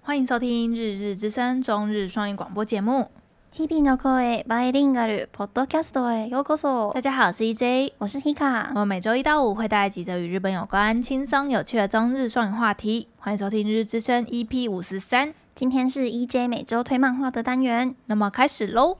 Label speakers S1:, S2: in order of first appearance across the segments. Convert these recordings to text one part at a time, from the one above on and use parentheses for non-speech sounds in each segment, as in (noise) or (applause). S1: 欢迎收听《日日之声》中日双语广播节目。
S2: 日々の声バイリンガルポッドキャストへようこそ
S1: 大。家好，我是 EJ，
S2: 我是 Hika，
S1: 我每周一到五会带来几则与日本有关、轻松有趣的中日双语话题。欢迎收听《日日之声》EP 五十三。
S2: 今天是 EJ 每周推漫画的单元。
S1: 那么开始喽。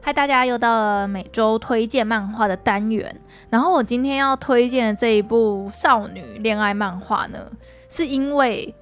S1: 嗨，大家又到了每周推荐漫画的单元。然后我今天要推荐的这一部少女恋爱漫画呢，是因为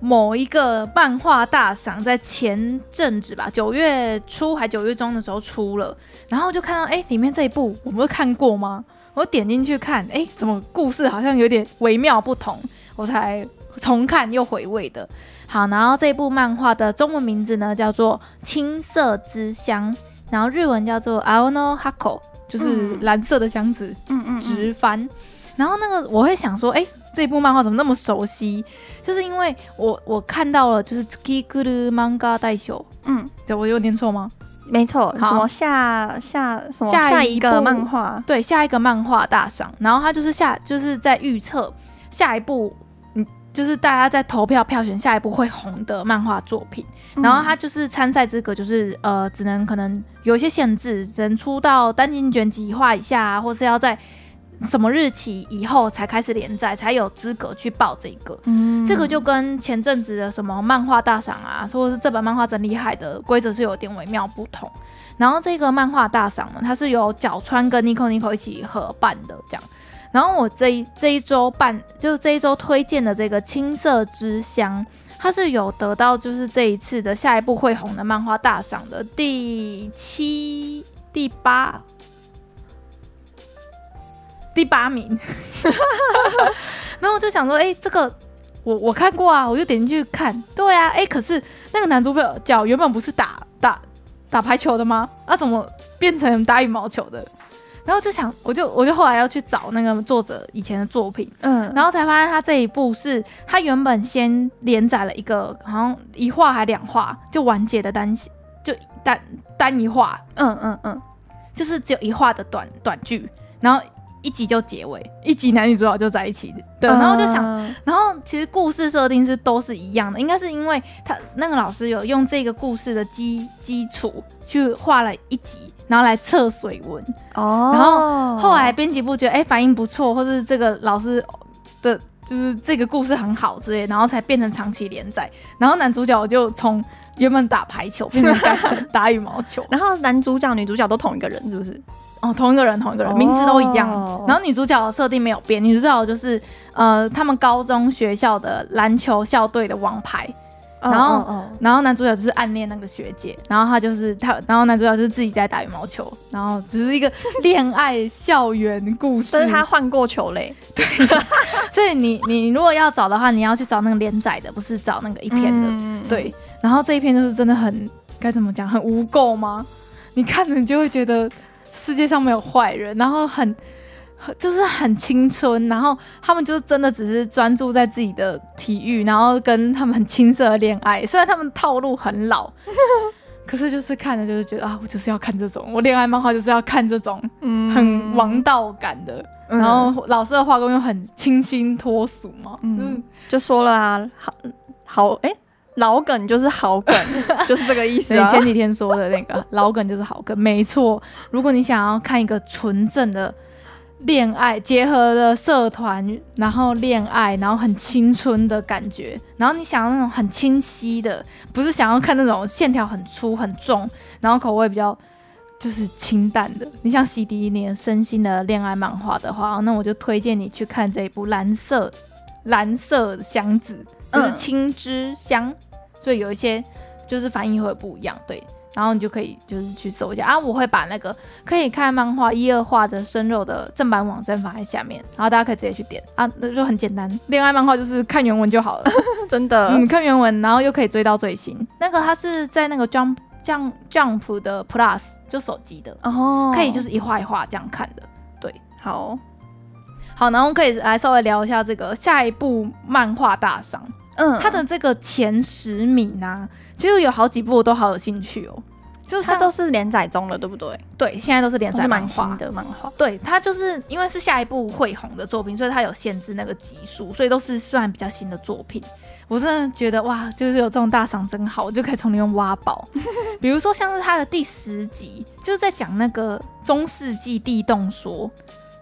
S1: 某一个漫画大赏在前阵子吧，九月初还九月中的时候出了，然后就看到哎、诶里面这一部我们都看过吗？我点进去看，哎、怎么故事好像有点微妙不同，我才重看又回味的。好，然后这部漫画的中文名字呢叫做《青色之乡》，然后日文叫做 Aono Hako，就是
S2: 嗯
S1: 蓝色的箱子。
S2: 嗯嗯
S1: 直翻。然后那个我会想说，哎、这部漫画怎么那么熟悉？就是因为我我看到了，就是 Tsuki Guru Manga 代秀，
S2: 嗯，
S1: 对我有念错吗？
S2: 没错。
S1: 好
S2: 什么下下什么
S1: 下
S2: 下
S1: 一
S2: 一个
S1: 部
S2: 漫画？
S1: 对，下一个漫画大赏，然后他就是下就是在预测下一部，嗯，就是大家在投票票选下一部会红的漫画作品。然后他就是参赛资格就是呃，只能可能有一些限制，只能出到单行卷几画以下、啊，或是要在什么日期以后才开始连载，才有资格去报这个。
S2: 嗯，嗯
S1: 这个就跟前阵子的什么漫画大赏啊，或者是这本漫画真厉害的规则是有点微妙不同。然后这个漫画大赏呢，它是由角川跟 Nico Nico 一起合办的，这样。然后我这一这一周办，就是这一周推荐的这个《青色之乡》，它是有得到就是这一次的下一部会红的漫画大赏的第七、第八、第八名。 (laughs) 然后我就想说，哎、这个我我看过啊，我就点进去看。对啊，哎、可是那个男主角原本不是打打打排球的吗？啊，怎么变成打羽毛球的？然后就想，我就我就后来要去找那个作者以前的作品，
S2: 嗯，
S1: 然后才发现他这一部是他原本先连载了一个好像一话还两话就完结的单行，就单单一话，
S2: 嗯嗯嗯，
S1: 就是只有一话的短短剧，然后一集就结尾，一集男女主角就在一起的。对，然后就想，
S2: 嗯
S1: 然后其实故事设定是都是一样的，应该是因为他那个老师有用这个故事的基基础去画了一集，然后来测水文。
S2: 哦，
S1: 然后来编辑部觉得哎、诶反应不错，或是这个老师的就是这个故事很好之类，然后才变成长期连载。然后男主角就从原本打排球变成改成打 (laughs) 羽毛球，
S2: 然后男主角女主角都同一个人，是不是？
S1: 哦，同一个人，同一个人，名字都一样。然后女主角的设定没有变，女主角就是呃他们高中学校的篮球校队的王牌，
S2: 哦
S1: 然后
S2: 哦哦
S1: 然后男主角就是暗恋那个学姐，然后他就是他，然后男主角就是自己在打羽毛球，然后只是一个恋爱校园故事。
S2: (laughs) 但是他换过球嘞，
S1: 所以你你如果要找的话，你要去找那个连载的，不是找那个一篇的。
S2: 嗯，
S1: 对，然后这一篇就是真的很该怎么讲，很污垢吗？ (laughs) 你看了你就会觉得世界上没有坏人，然后很很就是很青春，然后他们就真的只是专注在自己的体育，然后跟他们很青涩的恋爱，虽然他们套路很
S2: (laughs)
S1: 老。可是就是看着就是觉得啊，我就是要看这种，我恋爱漫画就是要看这种
S2: 嗯
S1: 很王道感的，
S2: 嗯
S1: 然后老师的画工又很清新脱俗嘛，
S2: 嗯
S1: 嗯，
S2: 就说了啊，好好哎、老梗就是好梗，就是这个意思
S1: 所以
S2: 啊。
S1: 前几天说的那
S2: (laughs)
S1: 个老梗就是好梗，没错。如果你想要看一个纯正的恋爱，结合了社团，然后恋爱，然后很青春的感觉，然后你想要那种很清晰的，不是想要看那种线条很粗很重，然后口味比较。就是清淡的，你想洗涤你的身心的恋爱漫画的话，那我就推荐你去看这一部《蓝色蓝色箱子》，就是
S2: 嗯
S1: 青之香，所以有一些就是反应会不一样，对。然后你就可以就是去搜一下啊，我会把那个可以看漫画一二话的生肉的正版网站放在下面，然后大家可以直接去点啊，那就很简单。恋爱漫画就是看原文就好了，
S2: 真的，
S1: 嗯，看原文，然后又可以追到最新。那个它是在那个 Jump Jump Jump 的 Plus 就手机的，
S2: 哦
S1: 可以就是一画一画这样看的。
S2: 好，
S1: 好，然后可以来稍微聊一下这个下一部漫画大赏，
S2: 嗯
S1: 它的这个前十名啊，其实有好几部我都好有兴趣哦。就
S2: 它
S1: 像
S2: 都是连载中了，对不对？
S1: 对，现在都是连
S2: 都是
S1: 载漫
S2: 蛮
S1: 画
S2: 新。的漫画。
S1: 对，它就是因为是下一部会红的作品，所以它有限制那个集数，所以都是算比较新的作品。我真的觉得哇，就是有这种大赏真好，我就可以从里面挖宝。 (laughs) 比如说像是它的第十集，就是在讲那个中世纪地动说，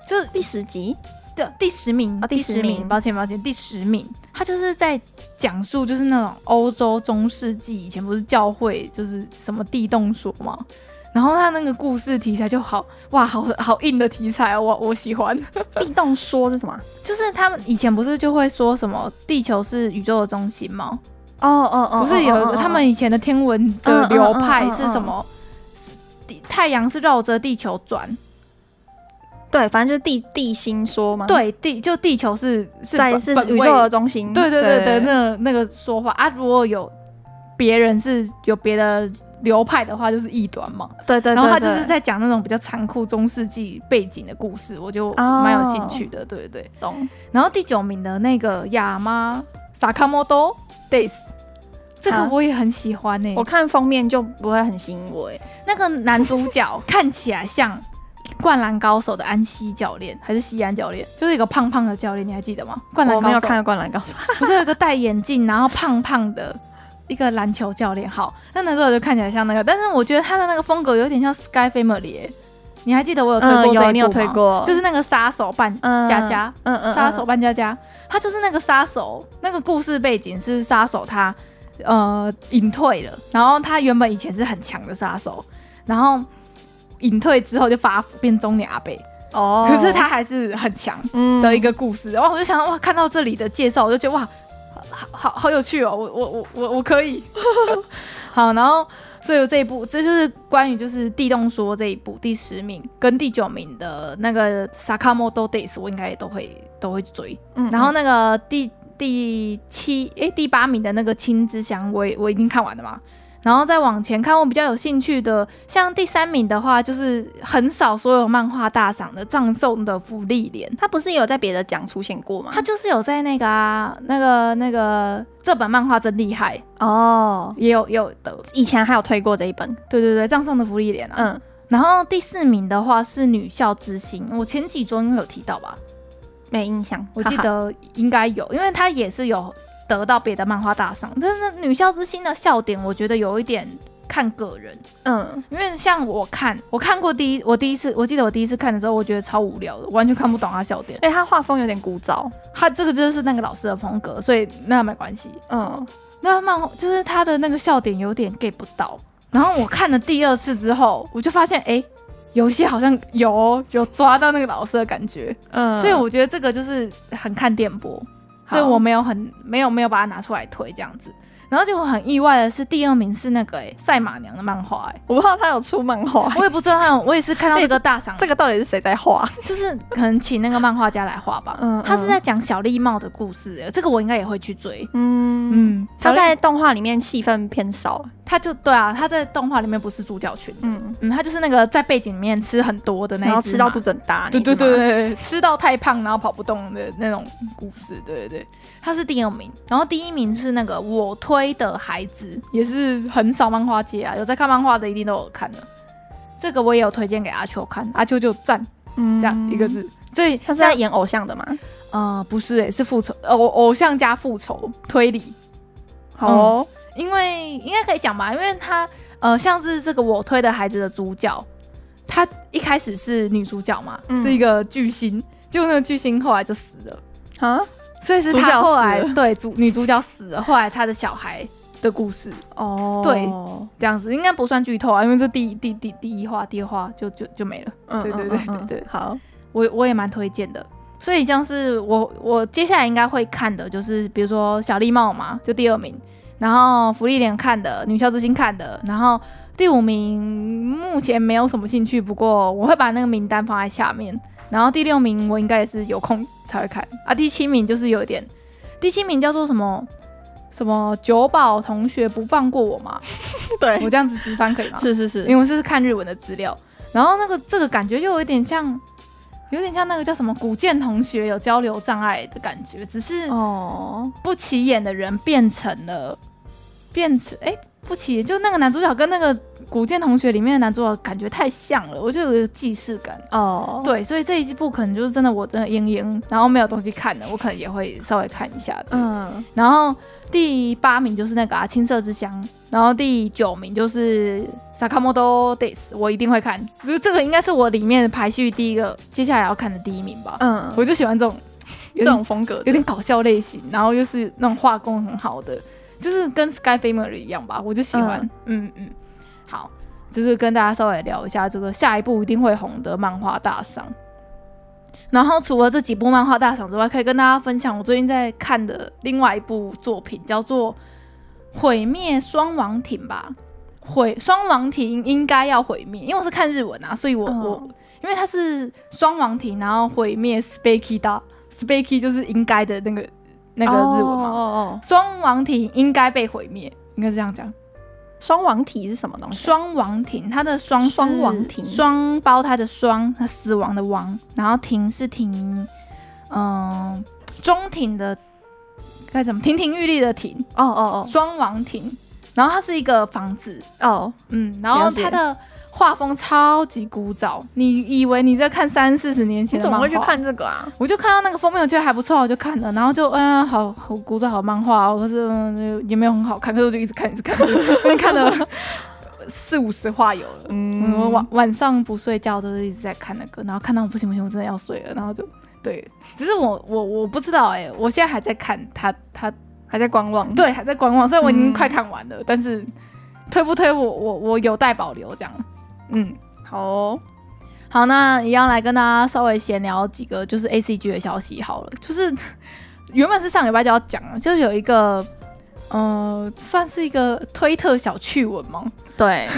S1: 就是
S2: 第十集，
S1: 对，第十名
S2: 哦第十名
S1: 抱歉抱歉，第十名，他就是在讲述就是那种欧洲中世纪以前不是教会就是什么地动说嘛，然后他那个故事题材就好哇，好好硬的题材哦，我我喜欢。
S2: 地动说是什么啊？
S1: 就是他们以前不是就会说什么地球是宇宙的中心吗？
S2: 哦哦哦，
S1: 不是有一
S2: 哦
S1: 个
S2: 哦
S1: 他们以前的天文的
S2: 嗯嗯
S1: 流
S2: 嗯
S1: 派
S2: 嗯
S1: 是
S2: 嗯
S1: 什么？地太阳是绕着地球转，
S2: 嗯对，反正就是地地心说嘛，，
S1: 对地就地球是是
S2: 在
S1: 本
S2: 是
S1: 本
S2: 宇
S1: 位
S2: 宙的中心，
S1: 对对对对，那那个说法啊，如果有别人是有别的流派的话，就是异端嘛。
S2: 对对，
S1: 然后他就
S2: 对
S1: 是在讲那种比较残酷中世纪背景的故事，我就
S2: 哦
S1: 蛮有兴趣的。对对对。
S2: 懂
S1: 然后第九名的那个亚妈萨卡莫多 days，这个
S2: 啊
S1: 我也很喜欢欸呢、
S2: 我看封面就不会很吸引我哎，
S1: 那个男主 (laughs) 角看起来像。灌篮高手的安西教练还是西安教练，就是一个胖胖的教练，你还记得吗？灌篮
S2: 我没
S1: 高
S2: 有
S1: 手
S2: 看过《灌篮高手》
S1: (laughs) 不是有一个戴眼镜然后胖胖的一个篮球教练？好，那那时候我就看起来像那个，但是我觉得他的那个风格有点像 Sky Family 耶、你还记得我呃有推过这一
S2: 嗯，
S1: 部吗？
S2: 有你有推过，
S1: 就是那个杀手扮
S2: 嗯
S1: 佳佳，
S2: 嗯嗯，
S1: 杀、手扮佳佳，他就是那个杀手，那个故事背景是杀手他呃隐退了，然后他原本以前是很强的杀手，然后隐退之后就发福变中年阿贝，
S2: 哦，
S1: 可是他还是很强，
S2: 嗯
S1: 的一个故事，然后我就想到哇，看到这里的介绍，我就觉得哇，好好好有趣哦，我我我我我可
S2: (laughs)
S1: 以，好，然后所以这一部这就是关于就是地动说这一部第十名跟第九名的那个 Sakamoto Days，我应该也都会都会追，
S2: 嗯，
S1: 然后那个第第七诶第八名的那个青之香，我也我已经看完了嘛。然后再往前看，我比较有兴趣的，像第三名的话，就是很少所有漫画大赏的《葬送的芙莉莲》，
S2: 他不是有在别的奖出现过吗？
S1: 他就是有在那个啊，那个那个这本漫画真厉害，
S2: 哦，
S1: 也有也有得，
S2: 以前还有推过这一本，
S1: 对对对，葬送的福利脸啊。
S2: 嗯，
S1: 然后第四名的话是女校之星，我前几周应该有提到吧，
S2: 没印象，
S1: 我记
S2: 哈哈
S1: 得应该有，因为她也是有得到别的漫画大赏，但是女校之星的笑点，我觉得有一点看个人，
S2: 嗯，
S1: 因为像我看，我看过第一，我第一次，我记得我第一次看的时候，我觉得超无聊的，完全看不懂她笑点。
S2: 哎，他画风有点古早，
S1: 她这个就是那个老师的风格，所以那没关系。
S2: 嗯，
S1: 那漫画就是他的那个笑点有点 get 不到。然后我看了第二次之后，我就发现，哎，有一些好像有哦有抓到那个老师的感觉，
S2: 嗯，
S1: 所以我觉得这个就是很看电波，所以
S2: 好
S1: 我没有很没有没有把它拿出来推这样子。然后结果很意外的是，第二名是那个哎赛马娘的漫画哎，
S2: 我不知道他有出漫画，
S1: 我也不知道他有，我也是看到这个大赏，
S2: (laughs) 哎这个到底是谁在画？
S1: 就是可能请那个漫画家来画吧。
S2: 嗯
S1: 他是在讲小丽帽的故事，哎这个我应该也会去追。
S2: 嗯嗯，
S1: 嗯，小
S2: 他
S1: 丽
S2: 在动画里面戏份偏少，
S1: 他就对啊，他在动画里面不是主角群，
S2: 嗯，
S1: 嗯，他就是那个在背景里面吃很多的那一
S2: 然后
S1: 只
S2: 吃到
S1: 马
S2: 肚子很大，
S1: 对
S2: 你
S1: 对
S2: 知
S1: 对
S2: 道吗，
S1: 对对，吃到太胖然后跑不动的那种故事，对对对，他是第二名，然后第一名是那个我推的孩子，也是很少漫画界啊，有在看漫画的一定都有看的，这个我也有推荐给阿秋看，阿秋就赞
S2: 嗯
S1: 这样一个。字，所以
S2: 他是
S1: 像
S2: 在演偶像的吗？
S1: 呃不是诶、是复仇偶偶像加复仇推理，
S2: 好哦，
S1: 因为应该可以讲吧，因为他呃，像是这个我推的孩子的主角，他一开始是女主角嘛，
S2: 嗯
S1: 是一个巨星，结果那个巨星后来就死了，
S2: 啊，
S1: 所以是
S2: 主角死
S1: 他
S2: 了
S1: 后来对主女主角死了，后来他的小孩的故事
S2: 哦，
S1: 对这样子，应该不算剧透啊，因为这第一第第第一话、第二话就就就没了。
S2: 嗯，
S1: 对对
S2: 嗯
S1: 对
S2: 嗯嗯
S1: 对对
S2: 好，
S1: 我我也蛮推荐的。所以像是我我接下来应该会看的，就是比如说小丽帽嘛，就第二名，然后福利脸看的，女校之星看的，然后第五名目前没有什么兴趣，不过我会把那个名单放在下面。然后第六名我应该也是有空才会看啊，第七名就是有一点，第七名叫做什么什么九保同学不放过我嘛，我
S2: 对，
S1: 这样子直翻可以吗？
S2: 是是
S1: 因为
S2: 是，
S1: 我是看日文的资料，然后那个这个感觉就有一点像，有点像那个叫什么古剑同学有交流障碍的感觉，只是
S2: 哦，
S1: 不起眼的人变成了变成哎、不起，就那个男主角跟那个古剑同学里面的男主角感觉太像了，我就有个既视感。
S2: 哦，
S1: 对，所以这一部可能就是真的我真的嘤嘤，然后没有东西看了，我可能也会稍微看一下的。
S2: 嗯，
S1: 然后第八名就是那个啊《青色之乡》，然后第九名就是《Sakamoto Days》，我一定会看。就这个应该是我里面排序第一个，接下来要看的第一名吧。
S2: 嗯，
S1: 我就喜欢这种有
S2: 这
S1: 点
S2: 种风格
S1: 有
S2: 的，
S1: 点搞笑类型，然后又是那种画工很好的，就是跟《Sky Family》一样吧，我就喜欢。嗯嗯，好，就是跟大家稍微聊一下这个下一部一定会红的漫画大赏。然后除了这几部漫画大赏之外，可以跟大家分享我最近在看的另外一部作品，叫做《毁灭双王庭》吧。毁双王庭应该要毁灭，因为我是看日文啊，所以我、
S2: 嗯
S1: 我因为它是双王庭，然后毁灭 Speki 的 Speki 就是应该的那个那个日文
S2: 哦
S1: 嘛。
S2: 哦哦，
S1: 双王庭应该被毁灭，应该是这样讲。
S2: 双王体是什么东西？
S1: 双王庭，它的双是
S2: 双王庭
S1: 双胞胎的双，它死亡的亡，然后庭是庭，嗯、中庭的该怎么？亭亭玉立的庭，
S2: 哦哦
S1: 双王庭。然后它是一个房子，
S2: 哦哦，
S1: 嗯，然后
S2: 了解
S1: 它的画风超级古早，你以为你在看三四十年前的
S2: 你怎么会去
S1: 漫画
S2: 看这个啊？
S1: 我就看到那个封面，我觉得还不错，我就看了，然后就嗯，好好古早好漫画哦，可是、嗯、就也没有很好看，可是我就一直看，一直看，因为看了四五十话有了。嗯，我晚晚上不睡觉都是一直在看那个，然后看到我不行不行，我真的要睡了，然后就对，只是我我我不知道哎、我现在还在看他他
S2: 还在观望，，
S1: 对还在观望，所以我已经
S2: 嗯
S1: 快看完了，但是推不推我我我有待保留这样，嗯。
S2: 好哦，
S1: 好，那一样来跟大家稍微闲聊几个就是 A C G 的消息好了，就是 (laughs) 原本是上礼拜就要讲了，就是有一个呃，算是一个推特小趣闻吗？
S2: 对，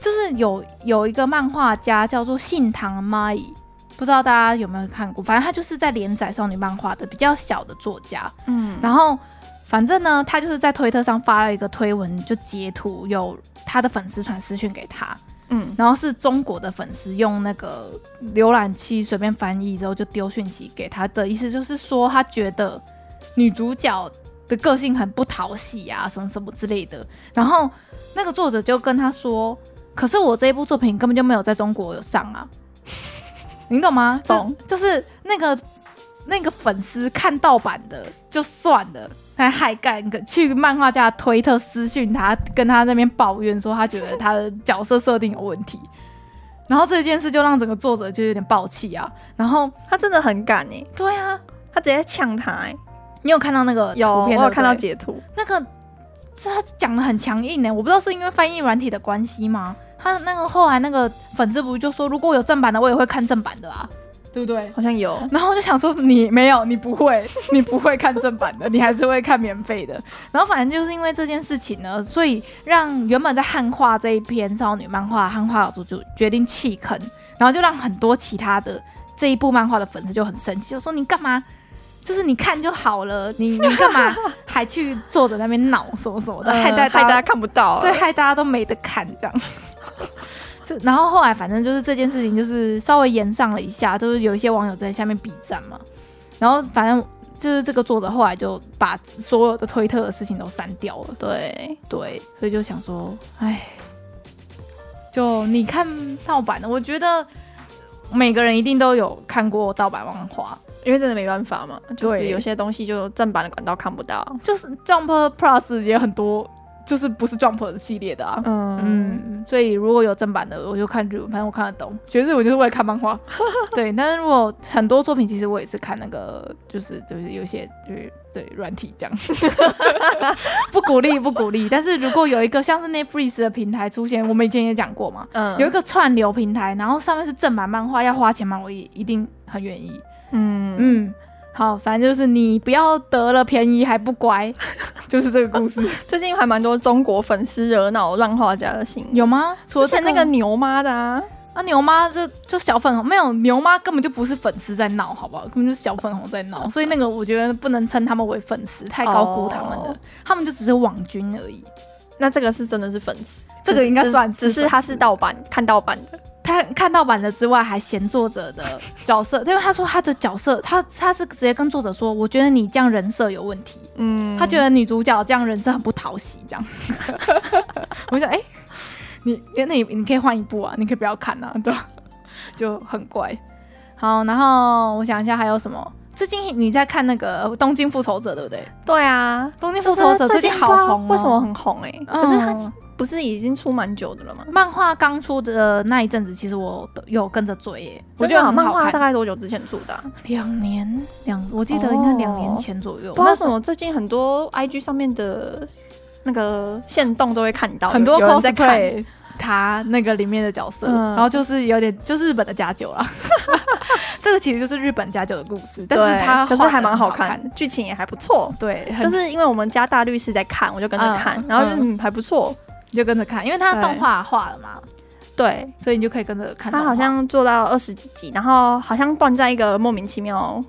S1: 就是有有一个漫画家叫做信堂蚂蚁，不知道大家有没有看过，反正他就是在连载少女漫画的比较小的作家，
S2: 嗯，
S1: 然后反正呢，他就是在推特上发了一个推文，就截图有他的粉丝传私讯给他，
S2: 嗯，
S1: 然后是中国的粉丝用那个浏览器随便翻译之后就丢讯息给他的意思，就是说他觉得女主角的个性很不讨喜啊，什么什么之类的。然后那个作者就跟他说：“可是我这一部作品根本就没有在中国有上
S2: (laughs)
S1: 啊，你懂吗？这
S2: 懂，
S1: 就是那个那个粉丝看盗版的就算了。”还还敢跟去漫画家的推特私讯他，跟他那边抱怨说他觉得他的角色设定有问题，然后这件事就让整个作者就有点爆气啊。然后
S2: 他真的很敢哎，
S1: 对啊，
S2: 他直接呛他哎，
S1: 你有看到那个
S2: 有，
S1: 图
S2: 我
S1: 片？
S2: 有
S1: 对不
S2: 看到
S1: 对
S2: 截图，
S1: 那个，是他讲的很强硬呢、欸我不知道是因为翻译软体的关系吗？他那个后来那个粉丝不是就说，如果有正版的，我也会看正版的啊，对不对？
S2: 好像有，
S1: 然后我就想说，你没有，你不会，你不会看正版的，你还是会看免费的。然后反正就是因为这件事情呢，所以让原本在汉化这一篇少女漫画汉化小组就决定弃坑，然后就让很多其他的这一部漫画的粉丝就很生气，就说你干嘛？就是你看就好了，你你干嘛还去坐着那边闹什么什么的，
S2: 呃
S1: 害大
S2: 害大家看不到，
S1: 对，，害大家都没得看这样。 (laughs) 这然后后来反正就是这件事情，就是稍微延上了一下，就是有一些网友在下面比战嘛。然后反正就是这个作者后来就把所有的推特的事情都删掉了。
S2: 对，
S1: 对，所以就想说，哎，就你看盗版的，我觉得每个人一定都有看过盗版漫画，
S2: 因为真的没办法嘛，就是
S1: 对
S2: 有些东西就正版的管道看不到，
S1: 就是 Jump Plus 也很多，就是不是 Jump 的系列的啊。
S2: 嗯
S1: 嗯，所以如果有正版的，我就看日文，反正我看得懂。学日文就是为了看漫画， (laughs) 对。但是如果很多作品，其实我也是看那个，就是就是有一些就是对软体这样， (laughs) 不鼓励不鼓励。但是如果有一个像是 Netflix 的平台出现，我们以前也讲过嘛，
S2: 嗯
S1: 有一个串流平台，然后上面是正版漫画，要花钱买，我也一定很愿意。
S2: 嗯
S1: 嗯，好，反正就是你不要得了便宜还不 (laughs) 乖，就是这个故事
S2: 最近还蛮多中国粉丝惹恼漫画家的新
S1: (laughs)
S2: 闻，
S1: 有吗？除了
S2: 之前
S1: 这
S2: 那个牛妈的啊，
S1: 啊，牛妈就就小粉红没有牛妈根本就不是粉丝在闹，好不好？根本就是小粉红在闹，所以那个我觉得不能称他们为粉丝，太高估他们了，
S2: 哦
S1: 他们就只是网军而已。
S2: 那这个是真的是粉丝，
S1: 这个应该
S2: 只是
S1: 算是
S2: 只是他
S1: 粉丝
S2: 是盗版，看盗版的，
S1: 他看到版的之外，还嫌作者的角色，因为他说他的角色，他他是直接跟作者说，我觉得你这样人设有问题，
S2: 嗯，
S1: 他觉得女主角这样人设很不讨喜，这样。 (laughs) 我就想，哎、你那你你可以换一部啊，你可以不要看啊， (laughs) 对吧？就很怪。好，然后我想一下还有什么。最近你在看那个《东京复仇者》，对不对？
S2: 对啊，
S1: 《东京复
S2: 就
S1: 仇者
S2: 是》最
S1: 近
S2: 近
S1: 好
S2: 不知道
S1: 红、哦
S2: 为什么？很红哎、
S1: 嗯
S2: 可是他不是已经出蛮久的了吗？
S1: 漫画刚出的呃那一阵子，其实我都有跟着追耶，我觉
S2: 真
S1: 得
S2: 的啊
S1: 很
S2: 漫
S1: 好
S2: 画大
S1: 看。
S2: 概多久之前出的啊、
S1: 两年两，我记得应该两年
S2: 哦
S1: 前左右。
S2: 不知
S1: 那
S2: 道
S1: 时
S2: 什么，最近很多 IG 上面的那个线动都会看到，
S1: 候很多
S2: 有有人在看。
S1: cosplay 他那个里面的角色，
S2: 嗯
S1: 然后就是有点就是日本的假酒啦。啊 (laughs) 这个其实就是日本假酒的故事，但是
S2: 对
S1: 它
S2: 可是
S1: 画得
S2: 还蛮
S1: 很好
S2: 好看，，剧情也还不错。
S1: 对，很
S2: 就是因为我们家大律师在看，我就跟着看，
S1: 嗯
S2: 然后就
S1: 嗯
S2: 嗯还不错。
S1: 你就跟着看，因为它
S2: 对
S1: 动画画了嘛，
S2: 对，
S1: 所以你就可以跟着看动
S2: 他
S1: 画。
S2: 好像做到二十几集，然后好像断在一个莫名其妙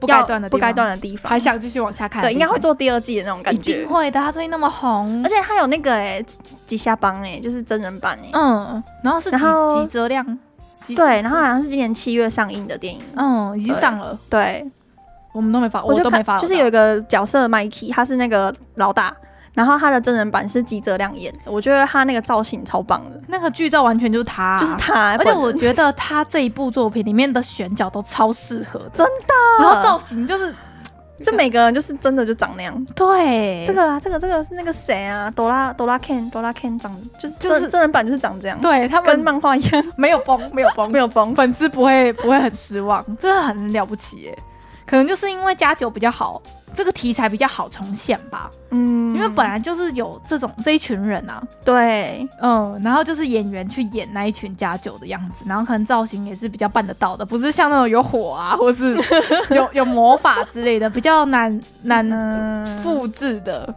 S1: 不该
S2: 要
S1: 断的地
S2: 不该
S1: 方
S2: 断的地方，
S1: 还想继续往下看的
S2: 对，
S1: 地方，
S2: 应该会做第二季的那种感
S1: 一定
S2: 觉。
S1: 会的。他最近那么红
S2: 而，且他有那个哎、吉下帮哎、就是真人版哎、
S1: 嗯，然后是几
S2: 然后
S1: 几折量，几
S2: 对，然后好像是今年七月上映的电影。
S1: 嗯，已经上了，
S2: 对，
S1: 我们都没发，
S2: 我
S1: 我
S2: 就
S1: 都没发到，
S2: 看，就是有一个角色 Mikey，他是那个老大，然后他的真人版是吉泽亮演的，我觉得他那个造型超棒的，
S1: 那个剧照完全就是他啊，
S2: 就是他、
S1: 而且
S2: 不
S1: 我
S2: 然
S1: 觉得他这一部作品里面的选角都超适合的，
S2: 真
S1: 的。然后造型就是
S2: (laughs) 就每个人就是真的就长
S1: (laughs)
S2: 那样。
S1: 对
S2: 这个啊，这个这个是那个谁啊，朵拉朵拉 Ken 朵拉 Ken 长就是
S1: 就是
S2: 真真人版就是长这样，
S1: 对他
S2: 跟
S1: 们
S2: 漫画一样，
S1: 没有崩，没有崩，
S2: (laughs) 没有崩。
S1: 粉丝不会不会很失望， (laughs) 真的很了不起耶。可能就是因为加九比较好，这个题材比较好重现吧，
S2: 嗯
S1: 因为本来就是有这种这一群人啊，
S2: 对
S1: 嗯，然后就是演员去演那一群加九的样子，然后可能造型也是比较办得到的，不是像那种有火啊，或 (laughs) 是有有魔法之类的，比较难难
S2: 嗯，
S1: 复制的。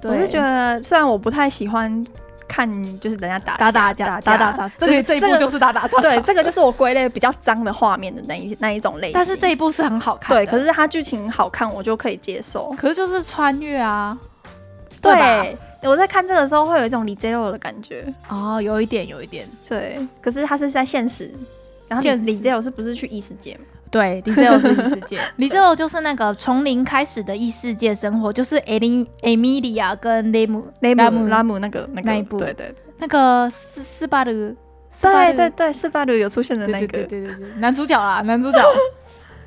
S1: 对
S2: 我是觉得虽然我不太喜欢看，就是人家打
S1: 打打
S2: 打
S1: 架、打
S2: 打
S1: 打杀，这
S2: 就
S1: 个
S2: 是
S1: 这一部就是打打杀。
S2: 对，这个就是我归类比较脏的画面的那一那一种类型。
S1: 但是这一部是很好看的。
S2: 对，可是它剧情好看，我就可以接受。
S1: 可是就是穿越啊，吧？
S2: 对，我在看这个的时候会有一种李 Zero 的感觉。
S1: 哦，有一点，有一点。
S2: 对，可是它是在现实，然后
S1: 现实
S2: 李李 Zero 是不是去异世界嘛？
S1: (laughs) 对，李 z 欧是异世界，李 z 欧就是那个从零开始的异世界生活，就是艾琳、艾米莉亚跟雷姆、
S2: 雷
S1: 拉
S2: 姆拉姆那个那个
S1: 那一部
S2: 对对
S1: 那个斯斯巴鲁，斯巴
S2: 对
S1: 鲁
S2: 对对，斯巴鲁有出现的
S1: 对
S2: 那
S1: 对
S2: 个，
S1: 对对对对，男主角啦，男 (laughs) 主角。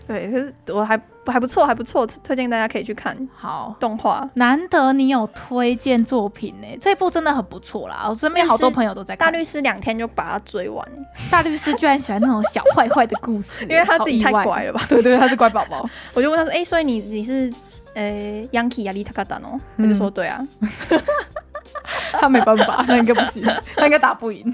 S2: 对可是我还还不错，还不错，推荐大家可以去看
S1: 好，
S2: 动画。
S1: 难得你有推荐作品呢、这部真的很不错啦。我身边好多朋友都在看。
S2: 大律师两天就把它追完，
S1: 大律师居然喜欢那种小坏坏的故事、
S2: (laughs) 因为他自己
S1: 好
S2: 太
S1: 意外
S2: 乖。了吧？
S1: 对对，他是乖宝宝。
S2: (laughs) 我就问他说：“哎、所以你你是呃 Yankee 亚利塔卡丹哦？”他
S1: 嗯
S2: 就说：“对啊。
S1: 他没办法，他应该不行，他应该打不赢。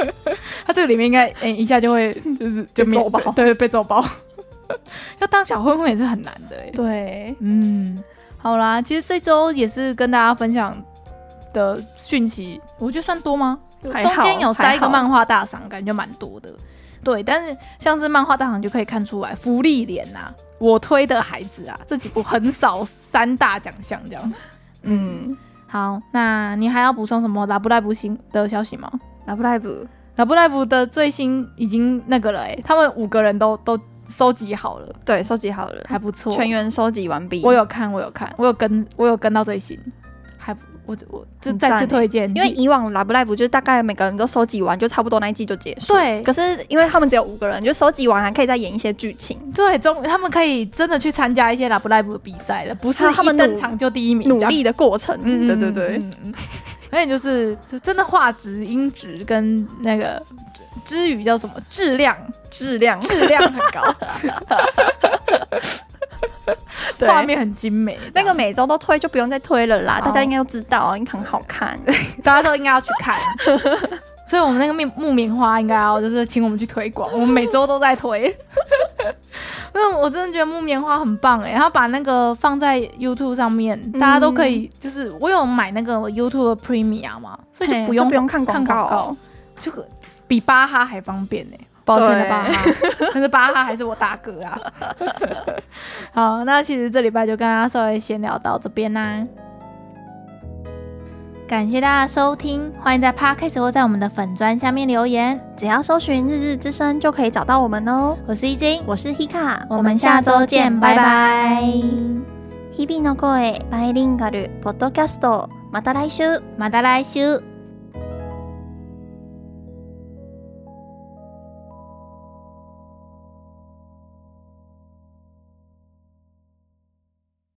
S1: (laughs) 他这个里面应该，嗯、一下就会就是就
S2: 被
S1: 灭
S2: 揍爆
S1: 对，对被揍爆。 (laughs) 要当小混混也是很难的哎、
S2: 对，
S1: 嗯，好啦，其实这周也是跟大家分享的讯息，我觉得算多吗？
S2: 还
S1: 中
S2: 好
S1: 间有塞一个
S2: 还好
S1: 漫画大赏，感觉蛮多的。对，但是像是漫画大赏就可以看出来，福利脸呐、啊我推的孩子啊，这几部很少三大奖项这样。
S2: 嗯
S1: 好，那你还要补充什么拉布赖布新的消息吗？
S2: l o v e Live，
S1: 拉布赖布的最新已经那个了、欸，他们五个人都都收集好了，
S2: 对，收集好了，
S1: 还不错。
S2: 全员收集完毕。
S1: 我，有看，我有看，我有跟，我有跟到最新，还不我我就
S2: 很
S1: 再次
S2: 赞欸
S1: 推荐，
S2: 因为以往 Love Live 就是大概每个人都收集完，就差不多那一季就结束。
S1: 对
S2: 可是因为他们只有五个人，就收集完还可以再演一些剧情，
S1: 对中他们可以真的去参加一些拉布赖布的比赛了，不是
S2: 他他们
S1: 一
S2: 努
S1: 登场就第一名，
S2: 努
S1: 这样，
S2: 力的过程。
S1: 嗯，
S2: 对对对，
S1: 嗯，嗯 (laughs) 嗯嗯而且就是就真的画质、音质跟那个之语叫什么质量，
S2: 质量
S1: 质量很高，
S2: 对
S1: 画面很精美，
S2: (laughs) 那个每周都推就不用再推了啦，
S1: 好
S2: 大家应该都知道，因为很好看。
S1: (laughs) 大家都应该要去看。所以，我们那个木木棉花应该要就是请我们去推广，我们每周都在推。 (laughs) 那我真的觉得木棉花很棒哎，他把那个放在 YouTube 上面，
S2: 嗯
S1: 大家都可以。就是我有买那个 YouTube Premium 嘛，所以就
S2: 嘿
S1: 不用
S2: 不用看
S1: 看广
S2: 广告
S1: 告，，就比巴哈还方便呢、抱歉了
S2: 对
S1: 巴哈，但是巴哈还是我大哥 (laughs) 啊。好，那其实这礼拜就跟大家稍微闲聊到这边啦、感谢大家收听，欢迎在 Podcast 或在我们的粉砖下面留言。
S2: 只要搜寻“日日之声”就可以找到我们哦。
S1: 我是一晶，
S2: 我是 Hika，
S1: 我们下周见，拜拜。
S2: 日々の声バイリンガルポッドキャストまた来週。
S1: また来週。